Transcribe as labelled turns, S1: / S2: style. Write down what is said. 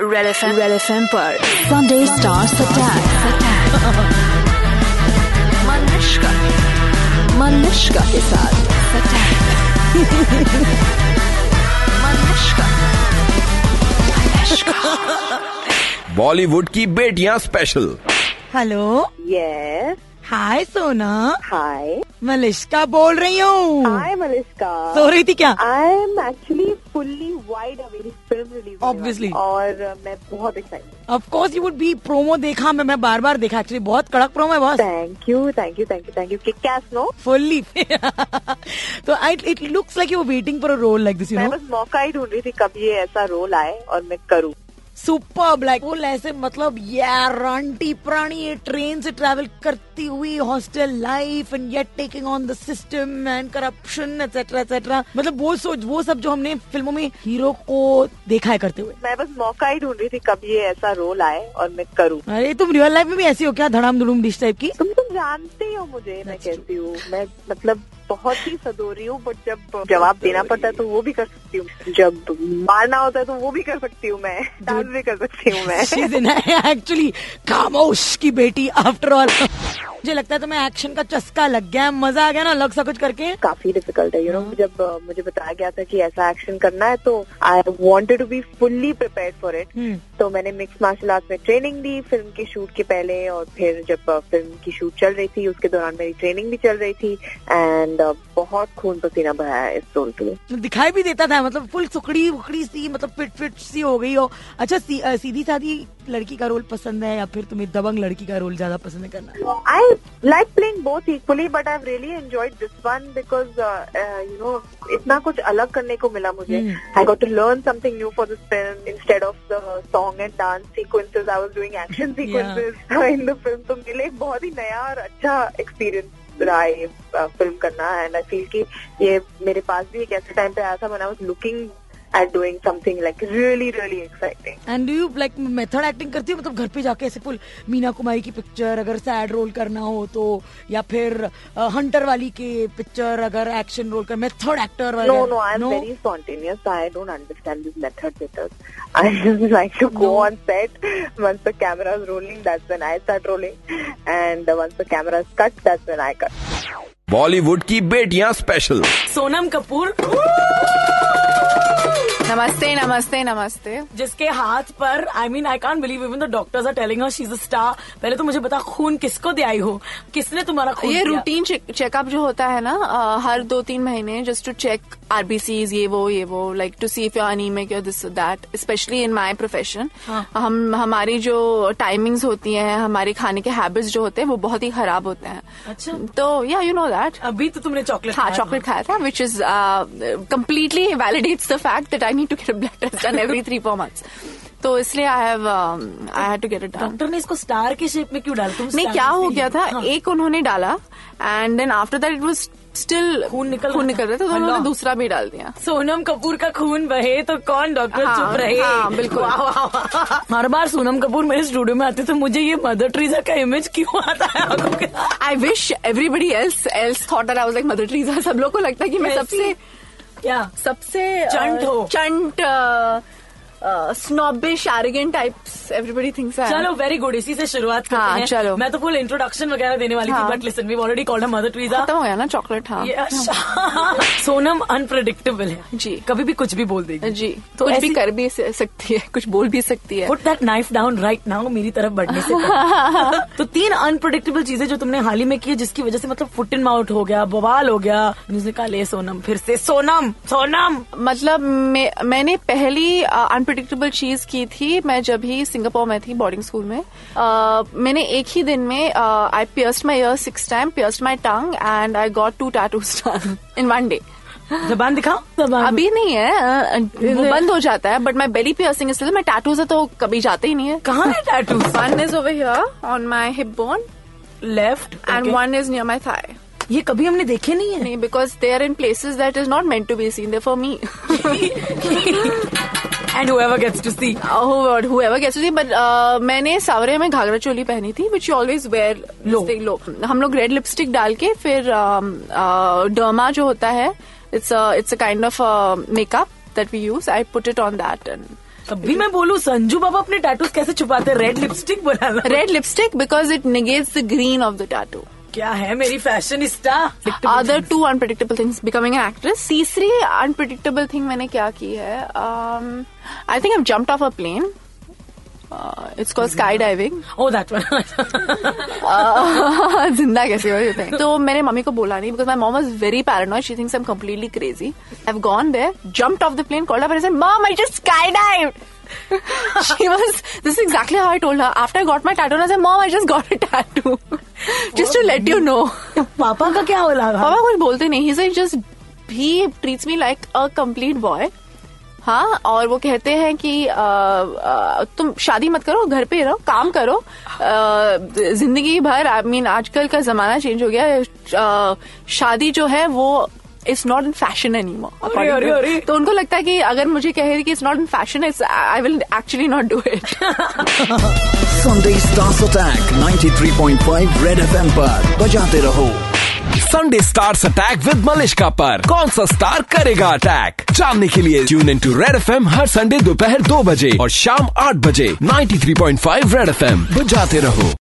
S1: Red F M red F M पर Sunday stars attack Manushka Manushka के साथ अटैक मनुष्का मनुष्का
S2: बॉलीवुड की बेटियां स्पेशल
S3: हेलो
S4: यस
S3: हाय सोना
S4: हाय
S1: Hmm.
S3: मलिश्का बोल रही हूँ
S4: आई मलिश्का
S3: सो रही थी क्या
S4: I am actually fully wide awake film release
S3: Obviously.
S4: और uh, मैं बहुत excited
S3: of course you would be promo देखा मैं मैं बार बार देखा एक्चुअली बहुत कड़क प्रोमो है boss
S4: thank you thank you thank you thank you कि कैस नो
S3: फुल्ली तो I it looks like you waiting for a role like this you
S4: मैं
S3: नो
S4: बस मौका ही ढूंढ रही थी कब ये ऐसा रोल आए और मैं करूं
S3: सुपर ब्लैक वो ऐसे मतलब यार आंटी प्राणी ये ट्रेन से ट्रैवल करती हुई hostel life and yet taking on the system and corruption etcetera etcetera मतलब वो सोच वो सब जो हमने फिल्मों में हीरो को देखा है करते हुए
S4: मैं बस मौका ही ढूंढ रही थी कब ये ऐसा रोल आए और मैं करूं
S3: अरे तुम रियल लाइफ में भी ऐसी हो क्या धड़ाम धुड़ूम डिश टाइप की
S4: तुम तो जानते ही हो मुझे मैं कैसी हूँ मैं मतलब बहुत ही सदोरी हूँ बट जब जवाब देना पड़ता है तो वो भी कर सकती हूँ जब मारना होता है तो वो भी कर सकती हूँ मैं डांस भी कर सकती हूँ मैं
S3: एक्चुअली खामोश की बेटी आफ्टर ऑल मुझे लगता है तुम्हें एक्शन का चस्का लग गया है मजा आ गया ना अलग सा कुछ करके
S4: काफी डिफिकल्ट है यू नो जब अ, मुझे बताया गया था कि ऐसा एक्शन करना है तो I wanted to be fully prepare for it
S3: hmm.
S4: तो मैंने मिक्स मार्शल आर्ट में ट्रेनिंग दी फिल्म के शूट के पहले और फिर जब अ, फिल्म की शूट चल रही थी उसके दौरान मेरी ट्रेनिंग भी चल रही थी एंड बहुत खून पसीना बहाया है इस रोल के लिए
S3: दिखाई भी देता था मतलब फुल सुकड़ी उकड़ी सी मतलब फिट फिट सी हो गई हो अच्छा सी, अ, सीधी साधी लड़की का रोल पसंद है या फिर तुम्हें दबंग लड़की का रोल ज्यादा पसंद है करना
S4: I like playing both equally but I really enjoyed this one because you know uh, इतना कुछ अलग करने को मिला मुझे I got to learn something new for this film instead of the song and dance sequences I was doing action sequences in the film तो मेरे लिए बहुत ही नया और अच्छा एक्सपीरियंस रहा है ये फिल्म करना एंड आई फील कि ये मेरे पास भी एक ऐसे टाइम पे आया था man I was looking at doing something like really really exciting
S3: and you like method acting करती हो मतलब घर पे जाके ऐसे फुल मीना कुमारी की पिक्चर अगर सैड रोल करना हो तो या फिर हंटर वाली की पिक्चर अगर एक्शन रोल कर मेथड एक्टर वाला
S4: No, no, I'm very spontaneous. I don't understand this method with us. I just like to go on set. Once the camera is rolling, that's when I start rolling. And uh, once the camera is cut, that's when I cut.
S2: Bollywood की बेटियां special
S5: Sonam Kapoor
S6: नमस्ते नमस्ते नमस्ते
S5: जिसके हाथ पर I mean I can't believe even the doctors are telling her she is a star पहले तो मुझे बता खून किसको दे आई हो किसने तुम्हारा खून
S6: ये
S5: दिया?
S6: रूटीन चेकअप जो होता है ना अ, हर दो तीन महीने जस्ट टू चेक आरबीसीज ये वो ये वो like to see if your anaemic your this that specially in my profession हम हमारी जो टाइमिंग्स होती हैं हमारे खाने के हैबिट्स जो होते हैं वो बहुत ही खराब होते हैं
S5: अच्छा।
S6: तो या यू नो दैट
S5: अभी तो तुमने चॉकलेट
S6: हाँ चॉकलेट खाया था uh, which is completely validates the fact that I need to get blood test done every three four months तो इसलिए um, I have I had to get it done
S5: doctor ने इसको star के shape में क्यों डाला तुम
S6: नहीं
S5: star
S6: क्या
S5: में
S6: हो
S5: से-
S6: गया था
S5: हाँ।
S6: एक उन्होंने डाला and then after that it was still
S5: खून निकल रहा
S6: खून
S5: था।
S6: निकल रहा था तो उन्होंने
S5: अल्लाह।
S6: दूसरा भी डाल दिया
S5: सोनम कपूर का खून बहे तो कौन डॉक्टर
S6: हाँ,
S5: चुप रहे
S6: हाँ, बिल्कुल।
S5: वाह, वाह, वाह। हर बार सोनम कपूर मेरे स्टूडियो में आते तो मुझे ये मदर ट्रीजा का इमेज क्यों आता है आंखों के साथ?
S6: I wish everybody else else thought that I was like Mother Teresa सब लोग को लगता है कि मैं
S5: वैसी-
S6: सबसे
S5: क्या
S6: सबसे uh,
S5: चंट हो।
S6: चंट uh, snobbish arrogant types everybody thinks I
S5: चलो वेरी गुड इसी से शुरुआत करते
S6: हाँ,
S5: हैं
S6: चलो।
S5: मैं तो फुल इंट्रोडक्शन वगैरह देने वाली
S6: हाँ।
S5: थी but listen we already called Mother Teresa
S6: खत्म हो गया ना चॉकलेट हाँ
S5: ये अच्छा। सोनम अनप्रडिक्टेबल है
S6: जी।
S5: कभी भी कुछ भी बोल देगी
S6: जी
S5: तो
S6: तो कुछ भी
S5: ऐसी-
S6: कर भी स- सकती है कुछ बोल भी सकती है
S5: put that knife down right now मेरी तरफ बढ़ने से पहले। तो तीन अनप्रडिक्टेबल चीजें जो तुमने हाल ही में की है जिसकी वजह से मतलब फुट इन माउट हो गया बवाल हो गया न्यूज निकाले सोनम फिर से सोनम सोनम
S6: मतलब मैं, मैंने पहली अनप्रडिक्टेबल चीज की थी मैं जब ही सिंगापुर में थी बोर्डिंग स्कूल में अ, मैंने एक ही दिन में I pierced my ear six time pierced my tongue and I got two tattoos in one day
S5: जबान दिखाओ जबान
S6: अभी नहीं है अ, अ, वो बंद हो जाता है बट माई बेली पियर्सिंग इसलिए मैं टैटूज तो कभी जाते ही नहीं है
S5: कहाँ है tattoo
S6: one is over here on my hip bone
S5: left
S6: and one is near my thigh
S5: ये कभी हमने देखे नहीं है
S6: नहीं because they are in places that is not meant to be seen they for me
S5: and whoever gets to see
S6: Oh, whoever gets to see but uh, मैंने सावरे में घाघरा चोली पहनी थी which you always wear
S5: low.
S6: लो हम लोग रेड लिपस्टिक डाल के फिर डर्मा जो होता है it's it's a kind of makeup that we use I put it on that and
S5: कभी मैं बोलूँ संजू बाबा अपने टैटूज कैसे छुपाते रेड लिपस्टिक बनाना
S6: red lipstick because it negates the green of the tattoo.
S5: क्या है मेरी fashionista
S6: Other two unpredictable things becoming an actress. तीसरी unpredictable thing मैंने क्या की है? Um, I think I've jumped off a plane. Uh, it's called skydiving.
S5: Oh that one
S6: Uh, जिंदा कैसे हो ये thing? तो मैंने मम्मी को बोला नहीं because my mom was very paranoid. She thinks I'm completely crazy. I've gone there, jumped off the plane, called up and I said, "Mom, I just skydived." she was. This is exactly how I told her. After I got my tattoo, and I said, "Mom, I just got a tattoo." just to let you know.
S5: पापा का क्या होला
S6: पापा कुछ बोलते नहीं ही just he treats me like a complete boy हाँ और वो कहते हैं कि अ, अ, तुम शादी मत करो घर पे रहो काम करो अ, जिंदगी भर आई मीन आजकल का जमाना चेंज हो गया है। अ, शादी जो है वो it's not in fashion any
S5: अरे, अरे, अरे।
S6: तो उनको लगता है कि अगर मुझे कहे कि it's not in fashion it's I will actually not do it
S7: Sunday Stars Attack 93.5 Red FM पर बजाते रहो
S2: Sunday stars attack with Malishka पर कौन सा स्टार करेगा अटैक जानने के लिए tune in to red F M हर संडे दोपहर दो बजे और शाम आठ बजे 93.5 रेड एफ एम बजाते रहो